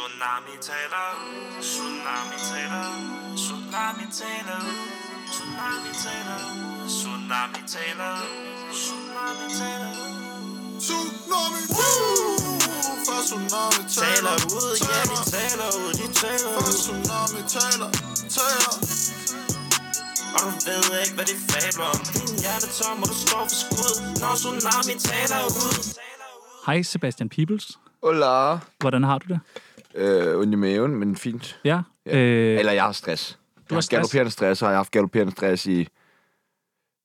Tsunami taler, tsunami taler, tsunami taler, tsunami taler, tsunami taler, tsunami taler. Tsunami Fra tsunami Taler taler ud, ja de taler ud, de taler Fra ud. tsunami taler Taler Og du ved ikke, hvad de fabler om. Din hjerte tom, og du står for skud, når tsunami taler ud. Hej Sebastian Peoples. Hola. Hvordan har du det? Øh, ondt i maven, men fint. Ja. Ja. Øh, Eller jeg har stress. Du har har stress? galopperende stress, og jeg har haft galopperende stress i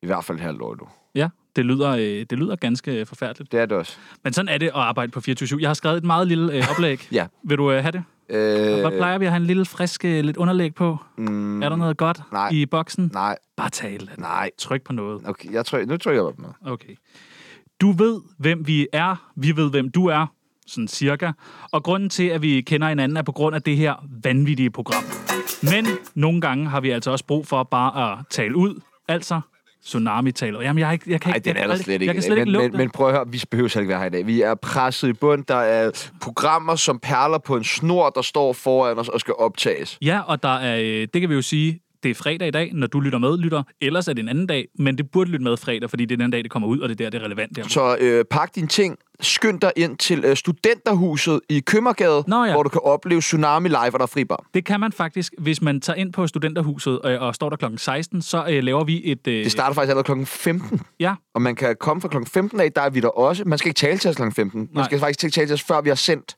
i hvert fald et halvt år nu. ja det, lyder, øh, det lyder ganske forfærdeligt. Det er det også. Men sådan er det at arbejde på 24-7. Jeg har skrevet et meget lille øh, oplæg. Ja. Vil du øh, have det? Øh, Hvad plejer vi at have en lille frisk, øh, lidt underlæg på? Mm, er der noget godt nej. i boksen? Nej, Bare tale. nej. Tryk på noget. Okay, jeg tryk, nu trykker jeg på noget. Okay. Du ved, hvem vi er. Vi ved, hvem du er. Sådan cirka. Og grunden til, at vi kender hinanden, er på grund af det her vanvittige program. Men nogle gange har vi altså også brug for bare at tale ud. Altså, tsunami-taler. Jamen, jeg, har ikke, jeg kan Nej, ikke... den jeg er kan der aldrig- slet ikke. Jeg kan i dag. slet ikke men, lukke men, men prøv at høre, vi behøver slet ikke være her i dag. Vi er presset i bund. Der er programmer som perler på en snor, der står foran os og skal optages. det. Ja, og der er, øh, det kan vi jo sige, det er fredag i dag, når du lytter med, lytter. Ellers er det en anden dag, men det burde lytte med fredag, fordi det er den dag, det kommer ud, og det er der, det er relevant. Der. Så øh, pak dine ting, skynd dig ind til øh, studenterhuset i Kømmergade, Nå ja. hvor du kan opleve Tsunami Live, og der er fribar. Det kan man faktisk, hvis man tager ind på studenterhuset øh, og står der klokken 16, så øh, laver vi et... Øh, Det starter faktisk allerede klokken 15. ja, Og man kan komme fra klokken 15 af, der er vi der også. Man skal ikke tale til os klokken 15. Man Nej. skal faktisk ikke tale til os, før vi har sendt.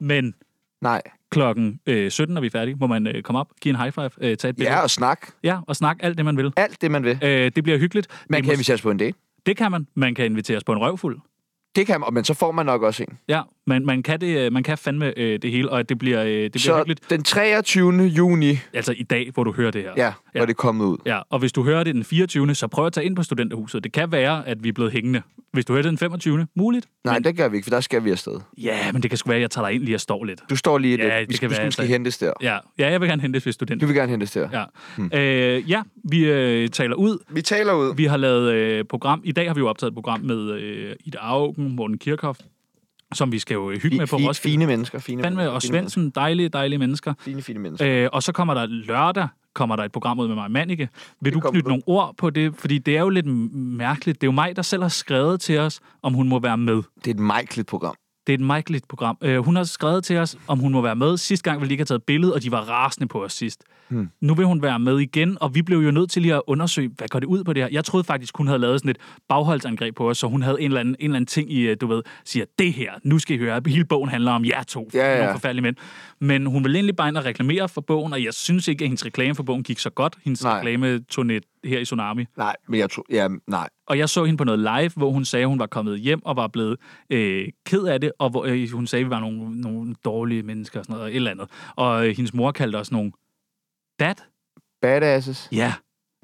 men Nej. klokken øh, 17, når vi er færdige, må man øh, komme op, give en high five, øh, tage et billede. Ja, og snak. ja, og snakke alt det, man vil. Alt det, man vil. Øh, det bliver hyggeligt. Man det, kan mås- invitere os på en date. det kan man. Man kan invitere os på en røvfuld. Det kan man, men så får man nok også en. Ja, men man kan, det, øh, man kan fandme øh, det hele, og det bliver, øh, det bliver Så hyggeligt. den 23. juni, Altså i dag, hvor du hører det her. ja, ja. var det kommet ud. Ja, og hvis du hører det den 24., så prøv at tage ind på studenterhuset. Det kan være, at vi er blevet hængende. Hvis du hører det den 25., muligt. Nej, men, det gør vi ikke, for der skal vi afsted. Ja, men det kan sgu være, at jeg tager dig ind lige og står lidt. Du står lige Ja, det lidt. vi kan skal, vi være, skal måske altså. hentes der. Ja, ja jeg vil gerne hente, hvis student. Du vil gerne hentes der. Ja, hmm. øh, ja vi øh, taler ud. Vi taler ud. Vi har lavet øh, program. I dag har vi jo optaget et program med øh, Ida Augen, Morten Kirchhoff, som vi skal jo øh, hygge med på Fi- fi- Roskilde. Fine mennesker. Fine Fandme mennesker, og fine mennesker, Svendsen, dejlige, dejlige mennesker. Fine, fine mennesker. Øh, og så kommer der lørdag, kommer der et program ud med mig, Mannike. Vil du kommer knytte du. nogle ord på det? Fordi det er jo lidt m- mærkeligt. Det er jo mig, der selv har skrevet til os, om hun må være med. Det er et mærkeligt program. Det er et mærkeligt program. Øh, hun har skrevet til os, om hun må være med. Sidste gang ville de ikke have taget billede, og de var rasende på os sidst. Hmm. Nu vil hun være med igen, og vi blev jo nødt til lige at undersøge, hvad går det ud på det her. Jeg troede faktisk, hun havde lavet sådan et bagholdsangreb på os, så hun havde en eller anden, en eller anden ting i, øh, du ved, siger, det her, nu skal I høre, hele bogen handler om jer to, Ja, ja. nogle forfærdelige mænd. Men hun ville egentlig bare ind og reklamere for bogen, og jeg synes ikke, at hendes reklame for bogen gik så godt, hendes Nej. reklameturné her i Tsunami. Nej, men jeg tror... Ja, nej. Og jeg så hende på noget live, hvor hun sagde, at hun var kommet hjem og var blevet øh, ked af det, og hvor, øh, hun sagde, at vi var nogle, nogle dårlige mennesker og sådan noget, og et eller andet. Og øh, hendes mor kaldte os nogle dat. Badasses. Ja,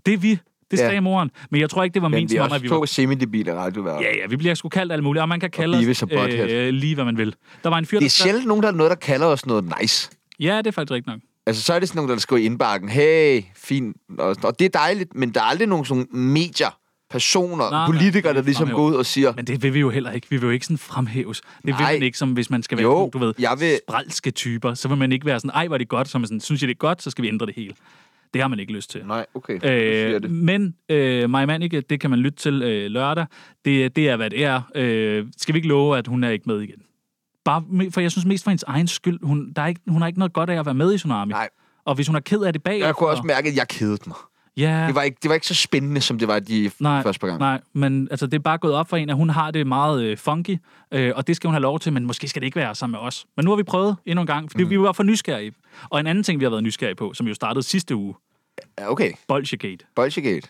det er vi. Det Ja. sagde moren. Men jeg tror ikke, det var Men ment vi som er om, også at vi to var... semidebile radioværter. Ja, ja, vi bliver sgu kaldt alt muligt, og man kan kalde Beavis os øh, og Butthead. lige, hvad man vil. Der var en fyr, Det der... er sjældent nogen, der er noget, der kalder os noget nice. Ja, det er faktisk rigtigt nok. Altså, så er det sådan nogen, der skriver i indbakken, hey, fint, og, og det er dejligt, men der er aldrig nogen sådan medier, personer, Nej, nej, nej, politikere, det er der ligesom fremhævet. går ud og siger, Men det vil vi jo heller ikke. Vi vil jo ikke sådan fremhæves. Det vil Nej. man ikke, som hvis man skal være Jo, sådan, du ved, jeg vil- spralske typer. Så vil man ikke være sådan, ej, hvor er det godt. Så er man sådan, synes jeg, det er godt, så skal vi ændre det hele. Det har man ikke lyst til. nej, okay, øh, siger Øh, det. men øh, Maja Manike, det kan man lytte til øh, lørdag. Det, det er, hvad det er. Øh, skal vi ikke love, at hun er ikke med igen? Bare, me- for jeg synes mest for hendes egen skyld. Hun, der er ikke, hun har ikke noget godt af at være med i Tsunami. Nej. Og hvis hun er ked af det bag... Jeg kunne også mærke, at jeg kedede mig. ja, Det var ikke, det var ikke så spændende, som det var de nej, første par gange. Nej, men altså, det er bare gået op for en, at hun har det meget øh, funky, øh, og det skal hun have lov til, men måske skal det ikke være sammen med os. Men nu har vi prøvet endnu en gang, fordi mm. vi var for nysgerrige. Og en anden ting, vi har været nysgerrige på, som jo startede sidste uge, Ja, okay, Bolsjegate. Bolshegate.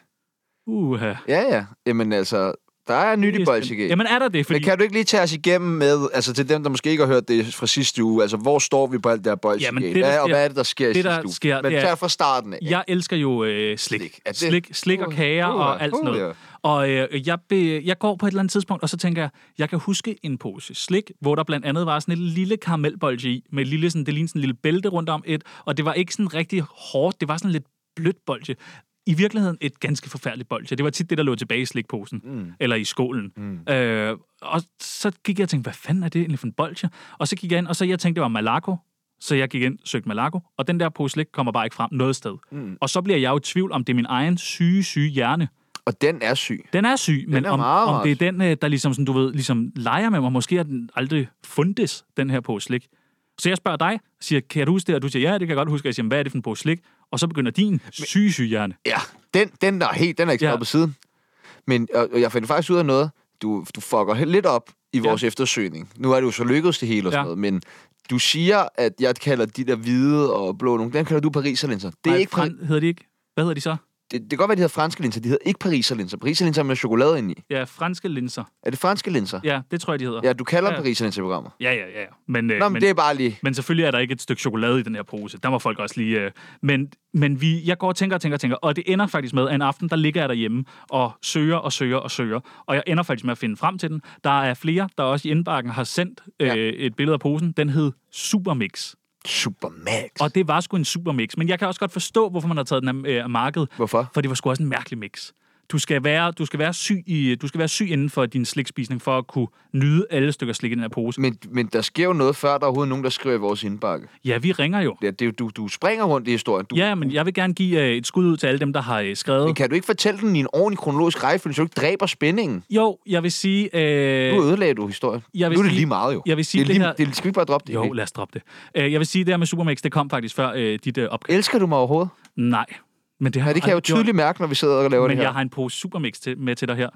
Uha. Ja, ja, jamen altså, der er nyt i Bolshegate. Jamen er der det? Fordi Men kan du ikke lige tage os igennem med, altså til dem, der måske ikke har hørt det fra sidste uge, altså hvor står vi på alt det her Bolshegate? Jamen, det, Jamen, der det, hvad, og sker- hvad er det, der sker i det, sidste der uge? sker, Men det er- tag fra starten af. Jeg elsker jo øh, slik. Slik. Er Slik. det- slik. Slik og Uh, kager uh, og alt sådan uh, noget. ja. Og øh, jeg, be, jeg går på et eller andet tidspunkt, og så tænker jeg, jeg kan huske en pose slik, hvor der blandt andet var sådan et lille karamelbolge i, med et lille, sådan, det lignede sådan en lille bælte rundt om et, og det var ikke sådan rigtig hårdt, det var sådan lidt blødt bolge. I virkeligheden et ganske forfærdeligt bolge. Det var tit det, der lå tilbage i slikposen, mm. eller i skålen. Mm. Øh, og så gik jeg og tænkte, hvad fanden er det egentlig for en bolge? Og så gik jeg ind, og så jeg tænkte, det var Malaco, Så jeg gik ind, søgte Malago, og den der pose slik kommer bare ikke frem noget sted. Mm. Og så bliver jeg jo i tvivl, om det er min egen syge, syge hjerne, Og den er syg. den er syg, men er om, meget om det er rask. den, øh, der ligesom, sådan, du ved, ligesom leger med mig, måske har den aldrig fundes, den her pose slik. Så jeg spørger dig, siger, kan du huske det? Og du siger, ja, det kan jeg godt huske. Og jeg siger, hvad er det for en pose slik? Og så begynder din syge, syge hjerne. Ja, den, den der er helt, den er ikke Ja. ja. på siden. Men og, og jeg fandt faktisk ud af noget. Du, du fucker he- lidt op i vores ja. eftersøgning. Nu er det jo så lykkedes det hele og sådan Ja. ja. noget, men du siger, at jeg kalder de der hvide og blå nogle, dem kalder du pariserlinser. Det er Nej, ikke Pari- Fran- hedder de ikke? Hvad hedder de så? det, det kan godt være, de hedder franske linser. De hedder ikke pariserlinser. Pariserlinser er med chokolade indeni. Ja, franske linser. Er det franske linser? Ja, det tror jeg, de hedder. Ja, du kalder Ja. ja. pariserlinser i programmet. ja, ja. ja. Men, øh, Nå, men, men det er bare lige... Men selvfølgelig er der ikke et stykke chokolade i den her pose. Der må folk også lige... Øh, men men vi, jeg går og tænker og tænker og tænker, og det ender faktisk med, at en aften, der ligger jeg derhjemme og søger og søger og søger. Og jeg ender faktisk med at finde frem til den. Der er flere, der også i indbakken har sendt øh, Ja. et billede af posen. Den hed Supermix. Supermax. Og det var sgu en Supermix. Men jeg kan også godt forstå, hvorfor man har taget den af øh, af markedet. Hvorfor? For det var sgu også en mærkelig mix. Du skal, være, du, skal være syg i, du skal være syg inden for din slikspisning, for at kunne nyde alle stykker slik i den her pose. Men, men der sker jo noget, før der er overhovedet nogen, der skriver i vores indbakke. Ja, vi ringer jo. Ja, det, er jo- du, du springer rundt i historien. Du, Ja, men jeg vil gerne give øh, et skud ud til alle dem, der har øh, Men skrevet. kan du ikke fortælle den i en ordentlig kronologisk rækkefølge, så du ikke dræber spændingen? Jo, jeg vil sige... Nu Øh, ødelagde du historien. jeg vil nu er det sige- lige meget jo. jeg vil sige, det, er det lige, her- det, skal vi ikke bare droppe det? jo, helt? lad os droppe det. Øh, jeg vil sige, det her med Supermax, det kom faktisk før øh, dit øh, opkald. Elsker du mig overhovedet? Nej, men det har Ja, det kan jeg jo aldrig gjort. tydeligt mærke, når vi sidder og laver Men det her. jeg har en pose Supermix til, med til dig her.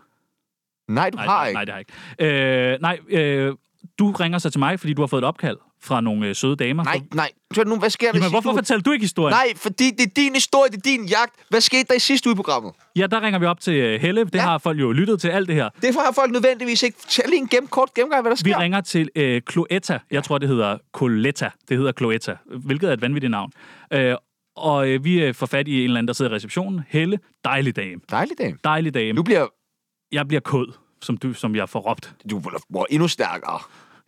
Nej, du Nej, har nej, ikke. nej, det har jeg ikke. Øh, nej, øh, du ringer så til mig, fordi du har fået et opkald fra nogle øh, søde damer. nej, nej. Hør nu, hvad sker der? Jamen, sidste hvorfor uge? fortæller du ikke historien? Nej, fordi det er din historie, det er din jagt. Hvad skete der i sidste uge i programmet? Ja, der ringer vi op til øh, Helle. Det ja. Ja. har folk jo lyttet til, alt det her. Det har folk nødvendigvis ikke. Fortæl lige en gennem, kort gennemgang, hvad der Vi sker. ringer til øh, Cloetta. Jeg tror, det hedder Coletta. Det hedder Cloetta, hvilket er et vanvittigt navn. Øh, og øh, vi øh, får fat i en eller anden, der sidder i receptionen. Helle, dejlig dame. Dejlig dag. Dejlig dame. Nu Nu. bliver Jeg bliver kod, som, du, som jeg får råbt. du bliver endnu stærkere.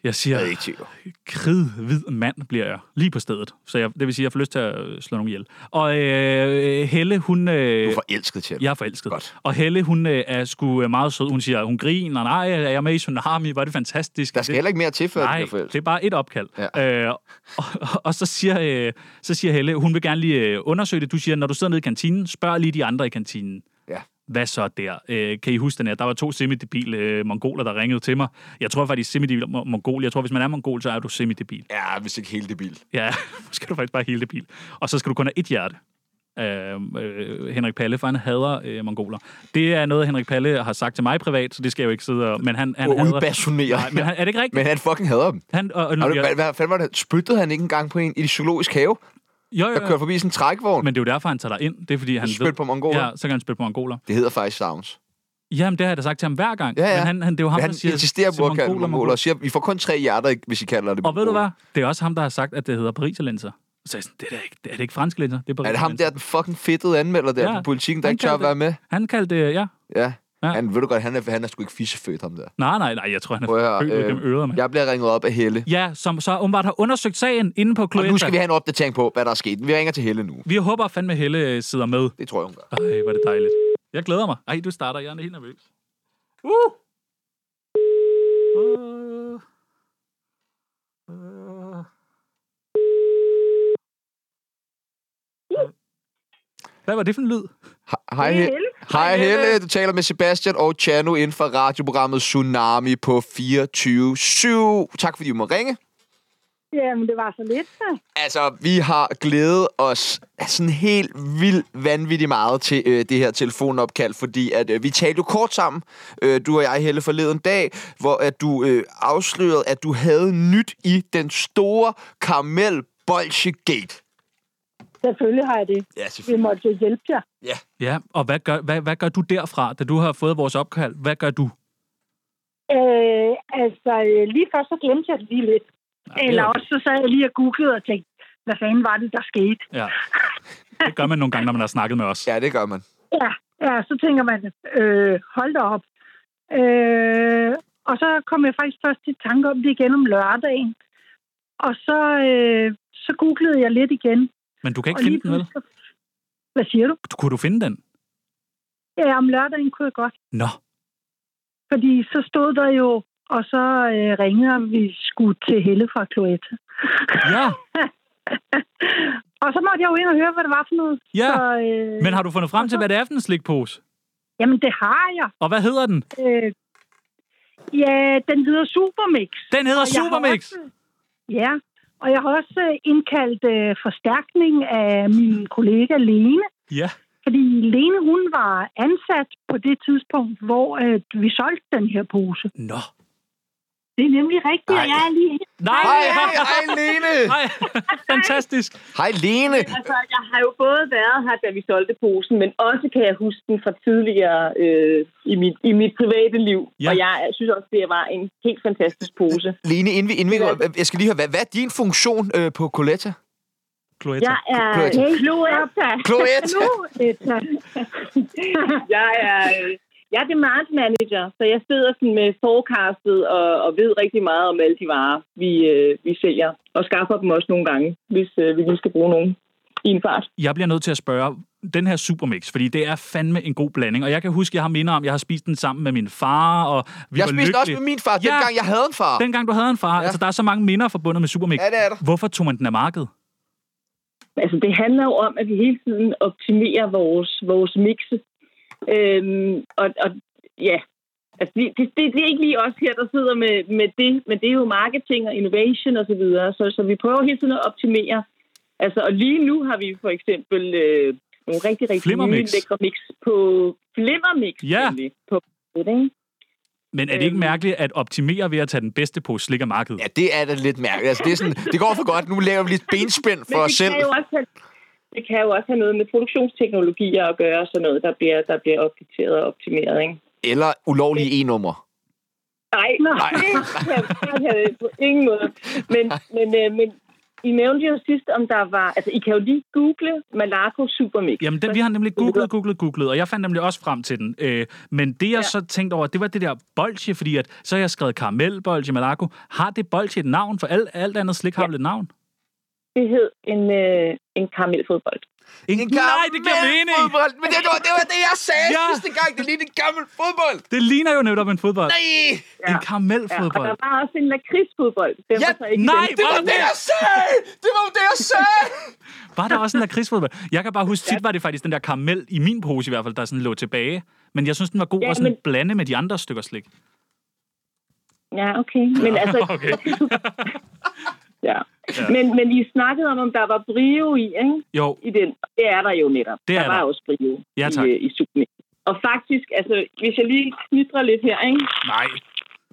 Jeg siger, Jeg er ikke sikker. kridhvid mand bliver jeg lige på stedet. Så jeg, det vil sige, jeg får lyst til at øh, slå nogen ihjel. Og øh, Helle, hun... Øh, Du er forelsket til. Jeg er forelsket. Godt. Og Helle, hun øh, er sgu øh, meget sød. Hun siger, hun griner, nej, er jeg med i Tsunami? Var det fantastisk? Der skal Det- heller ikke mere til, før du Nej, bliver forelsket. det er bare et opkald. Ja. Øh, og, og, og så, siger, øh, så siger Helle, hun vil gerne lige øh, undersøge det. Du siger, når du sidder nede i kantinen, spørg lige de andre i kantinen. Ja. Hvad så der? Øh, kan I huske den her? Der var to semidebil øh, mongoler, der ringede til mig. Jeg tror faktisk, semidebil mo- mongol. Jeg tror, hvis man er mongol, så er du semidebil. Ja, hvis ikke hele det bil. Ja, så skal du faktisk bare hele debil. Og så skal du kun have et hjerte. Øh, øh, Henrik Palle, for han hader øh, mongoler. Det er noget, Henrik Palle har sagt til mig privat, så det skal jeg jo ikke sidde og... Men han, han Og hader... udbasonere. Nej, men han, er det ikke rigtigt? Men han fucking hader dem. han, og, og, Har når du, jeg- hvad, hvad fanden var det? Spyttede han ikke engang på en i de psykologisk have, jo, jo, der kørte forbi sådan en trækvogn? Men, Men det er jo derfor, han tager dig ind. Det er, fordi han Spil på mongoler. Ja, så kan han spille på mongoler. det hedder faktisk Sounds. Jamen, det har jeg da sagt til ham hver gang. Ja, ja. Men han, han, det er jo ham, Men han der siger... insisterer til på at kalde dem mongoler og siger, vi får kun tre hjerter, hvis I kalder det Og ved du mongoler." hvad? Det er også ham, der har sagt, at det hedder pariserlinser. Så er jeg sådan, det er, da ikke, det er det ikke franske linser, det er Er det ham pariserlinser. der, den fucking fedtede anmelder der Ja, ja, på politikken, der han ikke tør at kaldte være med? Han kaldte det, ja. Ja. Ja. ja. Han, ved du godt, han er, han er sgu ikke fissefødt, ham der. Nej, nej, nej, jeg tror, han Prøv at er høre, født øh, øh, gennem øret, mand. Ja. Jeg bliver ringet op af Helle. ja, som så åbenbart har undersøgt sagen inde på Og Cloetta. nu skal vi have en opdatering på, hvad der er sket. Vi ringer til Helle nu. vi håber fandme, Helle øh, sidder med. Det tror jeg, hun gør. Ej, hvor er det dejligt. Jeg glæder mig. Ej, du starter. Jeg er helt nervøs. Uh! Uh. Uh. Hvad var det for en lyd? He- Hej, Helle. Hej Helle. Du taler med Sebastian og Chano inden for radioprogrammet Tsunami på 24-7. Tak fordi du må ringe. Jamen, det var så lidt, da. Altså, vi har glædet os sådan helt vildt vanvittigt meget til øh, det her telefonopkald, fordi at øh, vi talte jo kort sammen, øh, du og jeg, Helle, forleden dag, hvor at du øh, afslørede, at du havde nyt i den store karamel Bolsje-gate. Selvfølgelig har jeg det. Ja, Vi selvfølgelig. måtte jo hjælpe jer. Ja, og hvad gør, hvad, hvad gør du derfra, da du har fået vores opkald? Hvad gør du? Øh, altså, øh, lige først så glemte jeg det lige lidt. er Eller okay. også så sad jeg lige og googlede og tænkte, hvad fanden var det, der skete? Ja. Det gør man nogle gange, når man har snakket med os. Ja, det gør man. Ja, ja så tænker man, øh, hold da op. Øh, og så kom jeg faktisk først til tanke om det igen om lørdagen. Og så, øh, så googlede jeg lidt igen. Men du kan og ikke finde den, vel? pludselig- Hvad siger du? Du- Kunne du finde den? Ja, om lørdagen kunne jeg godt. Nå. Fordi så stod der jo, og så øh, ringede vi skulle til Helle fra Cloetta. Ja. Og så måtte jeg jo ind og høre, hvad det var for noget. Ja, Så, øh, Men har du fundet frem til, hvad det er for en slikpose? Jamen, det har jeg. Og hvad hedder den? Øh, ja, den hedder Supermix. Den hedder Og jeg har Supermix. også- Ja, og jeg har også øh, indkaldt øh, forstærkning af min kollega Lene. Ja. Fordi Lene, hun var ansat på det tidspunkt, hvor øh, vi solgte den her pose. Nå. Det er nemlig rigtigt, Ej. og jeg er lige Nej! Hej, hej, hej, Lene! Nej, fantastisk. Hej, Lene! Altså, jeg har jo både været her, da vi solgte posen, men også kan jeg huske den fra tidligere øh, i, mit, i mit private liv. Ja. Ja. Og jeg synes også, det var en helt fantastisk pose. Lene, inden vi, inden vi går, jeg skal lige høre, hvad, hvad er din funktion øh, på Coletta? Cloetta. Jeg er Kloetta. Kloetta. Cloetta! Cloetta. Jeg er, øh, jeg er demand manager, så jeg sidder sådan med forecastet og, og ved rigtig meget om alle de varer, vi, øh, vi sælger. Og skaffer dem også nogle gange, hvis øh, vi lige skal bruge nogen i en fart. Jeg bliver nødt til at spørge, den her supermix, fordi det er fandme en god blanding. Og jeg kan huske, jeg har minder om, jeg har spist den sammen med min far, og vi Jeg var spiste også lykkelige. med min far, Ja. dengang jeg havde en far. Dengang du havde en far, ja. Ja. altså der er så mange minder forbundet med Supermix. Ja, det er der. Hvorfor tog man den af markedet? Altså, det handler jo om, at vi hele tiden optimerer vores, vores mixe. Øhm, og, og ja, altså, det, det, det, det er ikke lige os her, der sidder med, med det, men det er jo marketing og innovation osv., så, videre, så, så vi prøver hele tiden at optimere. Altså, og lige nu har vi for eksempel øh, nogle rigtig, rigtig nye Flimmermix. lækre mix på Flimmermix. Ja. nemlig, På, ikke? Men er det ikke Øhm. mærkeligt at optimere ved at tage den bedste pose slik af markedet? Ja, det er da lidt mærkeligt. Altså, det, er sådan, det går for godt. Nu laver vi lige et benspænd Men for os det selv. Kan jo også have, det kan jo også have noget med produktionsteknologier at gøre, sådan noget, der bliver, der bliver opdateret og optimeret, ikke? Eller ulovlige e-numre. Nej, nej. Det kan jeg på ingen måde. Men, men, øh, men I nævnte jo sidst, om der var... Altså, I kan jo lige google Malaco Supermix. Jamen, det, vi har nemlig googlet, googlet, googlet, og jeg fandt nemlig også frem til den. Øh, men det, jeg ja. Ja. så tænkte over, det var det der bolsje, fordi at, så har jeg skrevet karamelbolsje, malaco. Har det bolsje et navn? For alt, alt andet slik har vel et navn? Det hed en, øh, en karamelfodbold. En, nej, det giver mening! Fodbold. Men det var, det var det, jeg sagde Ja. ja. sidste gang. Det er lige en gammel fodbold. Det ligner jo netop en fodbold. Nej! En Ja, og karamelfodbold. der var også en lakridsfodbold. Den Ja, var så ikke nej, den. Det var det, jeg sagde! Det var jo det, jeg sagde! Var der også en lakridsfodbold? Jeg kan bare huske, tit var det faktisk den der karamel, i min pose i hvert fald, der sådan lå tilbage. Men jeg synes, den var god Ja, at sådan men- blande med de andre stykker slik. Ja, okay. Men altså... Okay. Ja. Men, men I snakkede om, om der var brio i, ikke? Jo, i den. Og Det er der jo netop. Det er der var der. også brio Ja, tak. i, øh, i Supermix. Og faktisk, altså, hvis jeg lige knitrer lidt her, ikke? nej.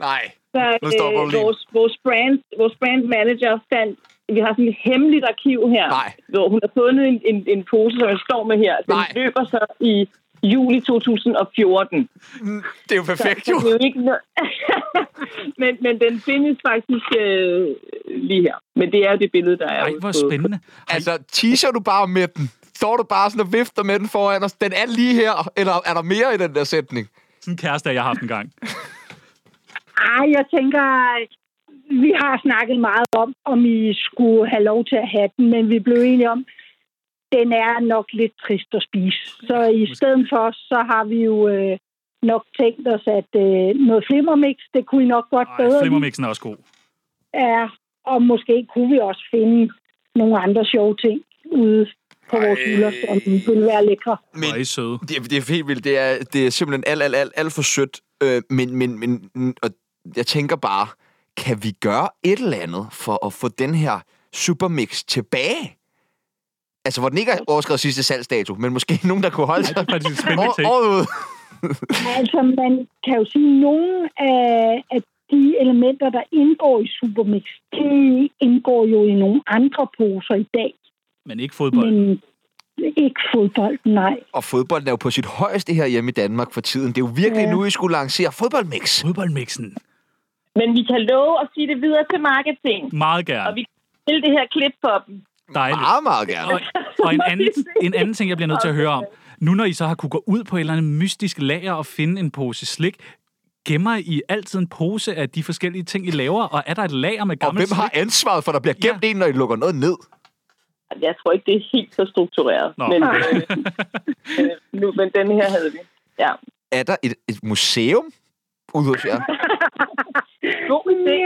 Nej. Så Nu stopper du øh, lige. vores, vores, brand, vores brand manager fandt, vi har sådan et hemmeligt arkiv her, Nej. hvor hun har fundet en, en, en pose, som jeg står med her. Den Nej. løber så i juli 2014. Det er jo perfekt, Så jo. det er jo ikke noget. men, men den findes faktisk øh, lige her. Men det er jo det billede, der er. Ej, ude hvor på- spændende. Altså, teaser du bare med den? Står du bare sådan og vifter med den foran os? Den er lige her, eller er der mere i den der sætning? Sådan en kæreste, jeg har haft en gang. Ej, jeg tænker, øh, vi har snakket meget om, om I skulle have lov til at have den, men vi blev enige om, den er nok lidt trist at spise. Så i stedet for, så har vi jo øh, nok tænkt os, at øh, noget flimmermix, det kunne I nok godt Ej, bedre lide. flimmermixen er også god. Ja, og måske kunne vi også finde nogle andre sjove ting ude på vores hylder, som ville være lækre. Men... Hvor er I søde. Det, er- det er helt vildt. Det er, det er simpelthen alt, alt, alt, alt for sødt. Øh, men, men, men og jeg tænker bare, kan vi gøre et eller andet for at få den her supermix tilbage? Altså, hvor den ikke er overskrevet sidste salgsdato, men måske nogen, der kunne holde sig Det er faktisk et spændende over, ting. over, Altså, man kan jo sige, at nogle af, af de elementer, der indgår i Supermix, de indgår jo i nogle andre poser i dag, Men ikke fodbold. men ikke fodbold, nej. Og fodbolden er jo på sit højeste her hjemme i Danmark for tiden. Det er jo virkelig ja. Ja. nu, I skulle lancere fodboldmix. Fodboldmixen. Men vi kan love at sige det videre til marketing. Meget Og gerne. vi kan spille det her klip for dem. Dejligt. Meget, meget gerne. Og, og en, anden, en anden ting, jeg bliver nødt til at høre om. Nu når I så har kunne gå ud på et eller andet mystisk lager og finde en pose slik, gemmer I altid en pose af de forskellige ting, I laver? Og er der et lager med Og gammel hvem har slik? ansvaret for, at der bliver gemt ja. en, når I lukker noget ned? Altså, Jeg tror ikke, det er helt så struktureret. Nå. Men, øh, øh, nu, men den her havde vi. Ja. Er der et, et museum ude hos jer? God idé.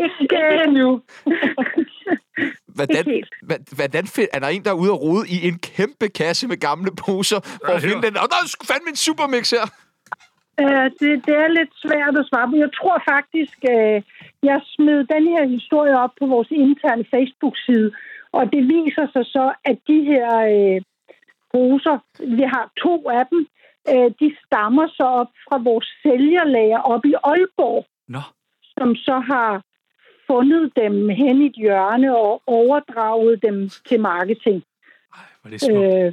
Ja, Ikke nu. Hvordan, helt. hva- hvordan find, er der en, der er ude og rode i en kæmpe kasse med gamle poser, for at her. finde den? Og der er sgu fandme en supermix her! Øh, det, det er lidt svært at svare på. Jeg tror faktisk, øh, jeg smed den her historie op på vores interne Facebook-side, og det viser sig så, at de her øh, poser, vi har to af dem, øh, de stammer så op fra vores sælgerlager op i Aalborg, Nå, som så har fundet dem hen i et hjørne og overdraget dem til marketing. hvor er det smukt. Øh,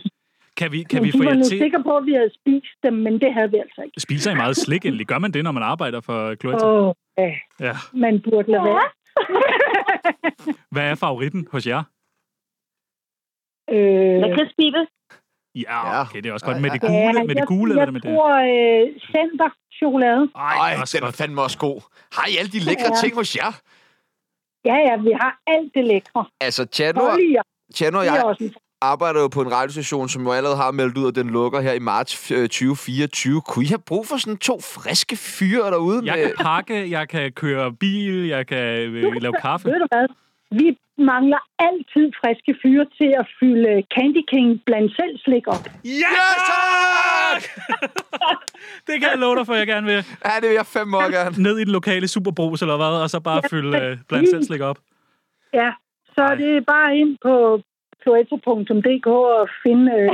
Kan vi, kan men vi de få var jer nu til... sikre på, at vi havde spist dem, men det havde vi altså ikke. Spiser I meget slik endelig? Gør man det, når man arbejder for Cloetta? Åh, ja. Ja. man burde lade være. Hvad er favoritten hos jer? Øh, Jeg kan spibe. Ja, Ja. okay, det er også godt. Med det ja, gule, med det gule jeg, eller med jeg det? tror, øh, center chokolade. Ej, også den er godt. fandme også god. Har I alle de lækre Ja. ting hos jer? Ja, ja, vi har alt det lækre. Altså, Tjano, Bollier, Tjano og det er jeg også en arbejder jo på en radiostation, som jo allerede har meldt ud, at den lukker her i marts øh, 2024. Kunne I have brug for sådan to friske fyre derude? Jeg med... kan pakke, jeg kan køre bil, jeg kan øh, lave kaffe. Ved du hvad? Vi mangler altid friske fyre til at fylde Candy King blandt selv slik op. Ja, tak! det kan jeg love dig for, jeg gerne vil. Ja, det vil jeg fandme også gerne. Ned i den lokale superbrus eller hvad, og så bare fylde øh, blandt selv slik op. Ja, så Ej. det er bare ind på cloetta.dk og finde øh,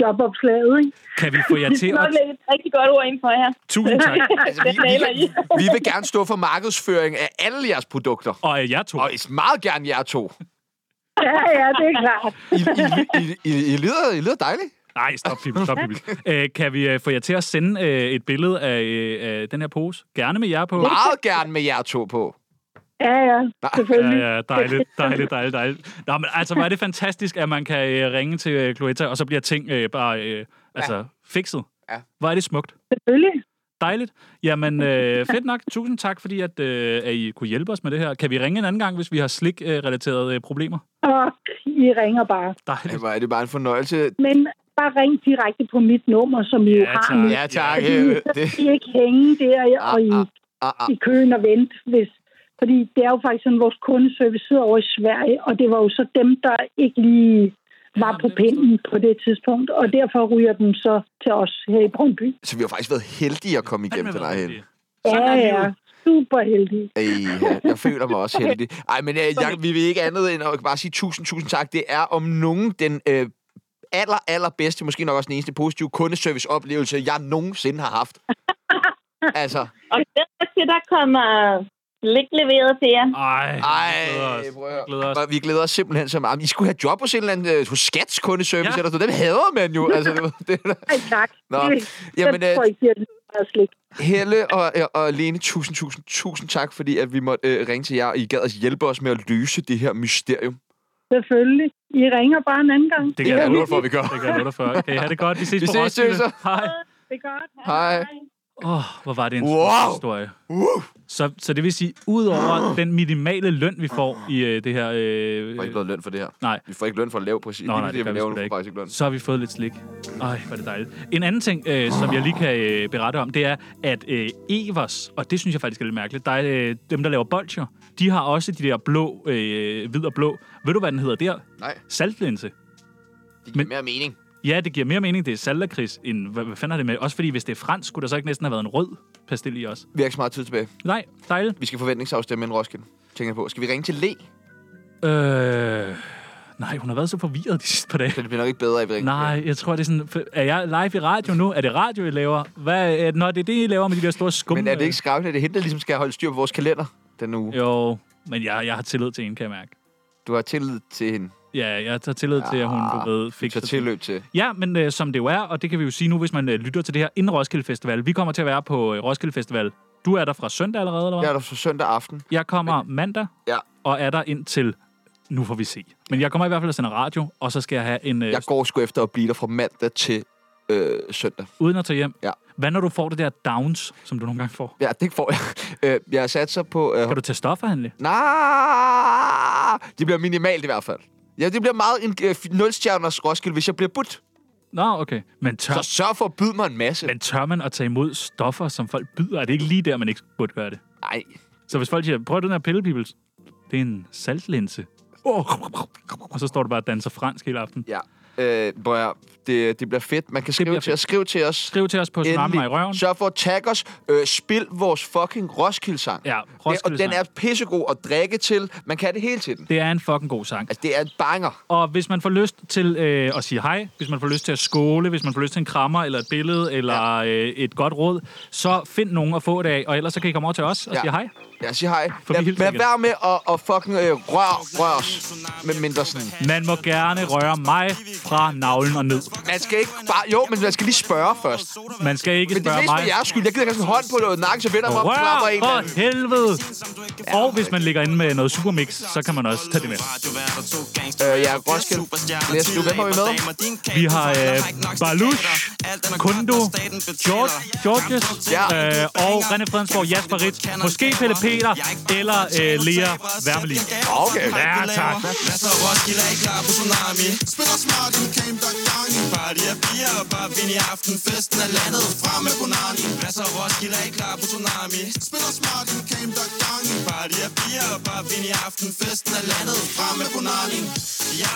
jobopslaget. Ikke? Kan vi få jer Det til er nok at... et rigtig godt ord ind for jer. Tusind tak. Altså, vi, Den taler vi, I. vi vil gerne stå for markedsføring af alle jeres produkter. Og øh, jer to. Og is- meget gerne jer to. Ja, ja, det er klart. I, I, I, I, I, lyder, I lyder dejligt. Nej, stop, Pibel, stop, Pibel. Æ, kan vi øh, få jer til at sende øh, et billede af, øh, af den her pose? Gerne med jer på. Meget gerne med jer to på. Ja, ja, selvfølgelig. Ja, ja, dejligt, dejligt, dejligt, dejligt. Nå, men altså, hvor er det fantastisk, at man kan øh, ringe til øh, Cloetta, og så bliver ting øh, bare øh, altså, fikset. Ja. Hvor er det smukt. Selvfølgelig. Dejligt. Jamen, øh, fedt nok. Tusind tak, fordi at, øh, at I kunne hjælpe os med det her. Kan vi ringe en anden gang, hvis vi har slik-relaterede øh, problemer? Og I ringer bare. Dejligt. Hvor er det bare en fornøjelse. Men bare ring direkte på mit nummer, som I jo Ja, har tak. nu. Ja, tak. Fordi Øh, så Det, skal I ikke hænge der og i, ah, ah. i køen og vente, hvis... Fordi det er jo faktisk sådan, vores kundeservice sidder over i Sverige, og det var jo så dem, der ikke lige var Ja, på det er pinden på det tidspunkt, og derfor ryger den så til os her i Brøndby. Så vi har faktisk været heldige at komme igennem den her hende. Ja, ja. Super heldig. Ej, jeg føler mig også heldig. Ej, men øh, jeg, vi vil ikke andet end at bare sige tusind, tusind tak. Det er om nogen den øh, aller, aller bedste, måske nok også den eneste positive kundeserviceoplevelse, jeg nogensinde har haft. Altså, Og glæder mig til, der kommer slik leveret til jer. Ej, ej, vi glæder prøv at os. Vi glæder os. høre. Og vi glæder os simpelthen så meget. I skulle have job hos en eller anden, øh, hos Skats kundeservice Ja. ja. eller sådan noget. Dem hader man jo. Altså, det, var- det, er- Ej, tak. Nå, Det, jamen, jeg tror øh, ikke, det er lidt meget slik. Helle og, og Lene, tusind, tusind, tusind tak, fordi at vi måtte øh, ringe til jer, og I gad at hjælpe os med at løse det her mysterium. Selvfølgelig. I ringer bare en anden gang. Det Det kan er jeg jeg love for, at vi gør. Det kan jeg love dig for. Okay, ha' det godt. Vi ses Vi på ses, Roskilde. tøser. Hej. Det er godt. Hej. Åh, oh, hvor var det en Wow. wow. historie. Uh! Så, så det vil sige, udover den minimale løn, vi får i øh, det her... Øh, Vi får ikke øh, noget løn for det her. nej. Vi får ikke løn for at lave præcis. Nå, nej, fordi det gør vi vi laver sgu da nu, får ikke. faktisk ikke løn. Så har vi fået lidt slik. Ej, hvor er det dejligt. En anden ting, øh, som jeg lige kan øh, berette om, det er, at øh, Evers, og det synes jeg faktisk er lidt mærkeligt, der er, øh, dem, der laver bolcher, de har også de der blå, øh, hvid og blå. Ved du, hvad den hedder der? Nej, Saltlinse. det giver mere mening. Ja, det giver mere mening, det er saltlakrids, end hvad, hvad fanden har det med? Også fordi, hvis det er fransk, skulle der så ikke næsten have været en rød pastil i os? Vi har ikke så meget tid tilbage. Nej, dejligt. Vi skal forventningsafstemme en Roskilde, tænker jeg på. Skal vi ringe til Le? Øh, nej, hun har været så forvirret de sidste par dage. Så det bliver nok ikke bedre, at vi ringer. Nej, jeg tror, det er sådan... for- Er jeg live i radio nu? Er det radio, I laver? Hvad, er, nå, det er det, I laver med de der store skum... Men er det ikke skræmmende, at det er hende, der ligesom skal holde styr på vores kalender den uge? øh, Jo, men jeg, jeg har tillid til hende, kan jeg mærke. Du har tillid til hende. Ja, jeg tager tillid ja, til, at hun du ved, Ah, Du fik tager tilløb til. Ja, men øh, som det jo er, og det kan vi jo sige nu, hvis man øh, lytter til det her inden Roskilde Festival. Vi kommer til at være på øh, Roskilde Festival. Du er der fra søndag allerede, eller hvad? Jeg er der for søndag aften. Jeg kommer mandag Ja. og er der indtil... Nu får vi se. Men jeg kommer i hvert fald og sender radio, og så skal jeg have en... Øh, Jeg går sgu efter at blive der fra mandag til øh, søndag. Uden at tage hjem. Ja. Hvad når du får det der downs, som du nogle gange får? Ja, det får jeg. Øh, jeg satser på... Øh, Kan du tage stoffer, Hanle? Nej, det bliver minimalt i hvert fald. Ja, det bliver meget en øh, f- nulstjerners Roskilde, hvis jeg bliver budt. Nå, okay. Men tør, Så sørg for at byde mig en masse. Men tør man at tage imod stoffer, som folk byder? Er det ikke lige der, man ikke burde gøre det? Nej, Så hvis folk siger, prøv den her pille, Pibels. Det er en saltlinse. Og så står du bare og danser fransk hele aften. Ja. Øh, prøv at høre. det, det bliver fedt. Man kan skrive bliver til os. Skriv til os. Skriv til os på Tsunami mig i røven. Sørg for at tagge os. Øh, spil vores fucking Roskilde-sang. Ja, Og den Roskilde-sang. er pissegod at drikke til. Man kan det hele til den. Det er en fucking god sang. Altså, det er en banger. Og hvis man får lyst til øh, at sige hej, hvis man får lyst til at skåle, hvis man får lyst til en krammer, eller et billede, eller ja. øh, et godt råd, så find nogen at få det af, og ellers så kan I komme over til os og Ja. ja. sige hej. Lad os sige hej. For vi Lad, hilser lad igen. være med at, at fucking øh, rør, rør os. Med mindre sådan... Man må gerne røre mig fra navlen og ned. Man skal ikke bare... Jo, men man skal lige spørge først. Man skal ikke Men det er spørge mest mig. for jeres skyld. Jeg gider ikke have sådan en hånd på noget nakken, så vender jeg mig op og klapper en Rør eller for anden. helvede! Og hvis man ligger inde med noget supermix, så kan man også tage det med. Øh, ja, Roskilde. Næste uge, hvem har vi med? Vi har øh, Balush, Kundo, George, Georges Ja. øh, og René Fredensborg, Jasper Ritz, måske Pelle Peter eller øh, Lea Wermelin. Okay. Ja, tak. Masser af Roskilde er I klar på Tsunami? Spiller smart, vi came back down i Party af bier og bare vind i aften Festen er landet frem med Bonani Masser af Roskilde er I klar på Tsunami? Spiller smart, vi came back down i Party af bier og bare vind i aften Festen er landet frem med Bonani Jeg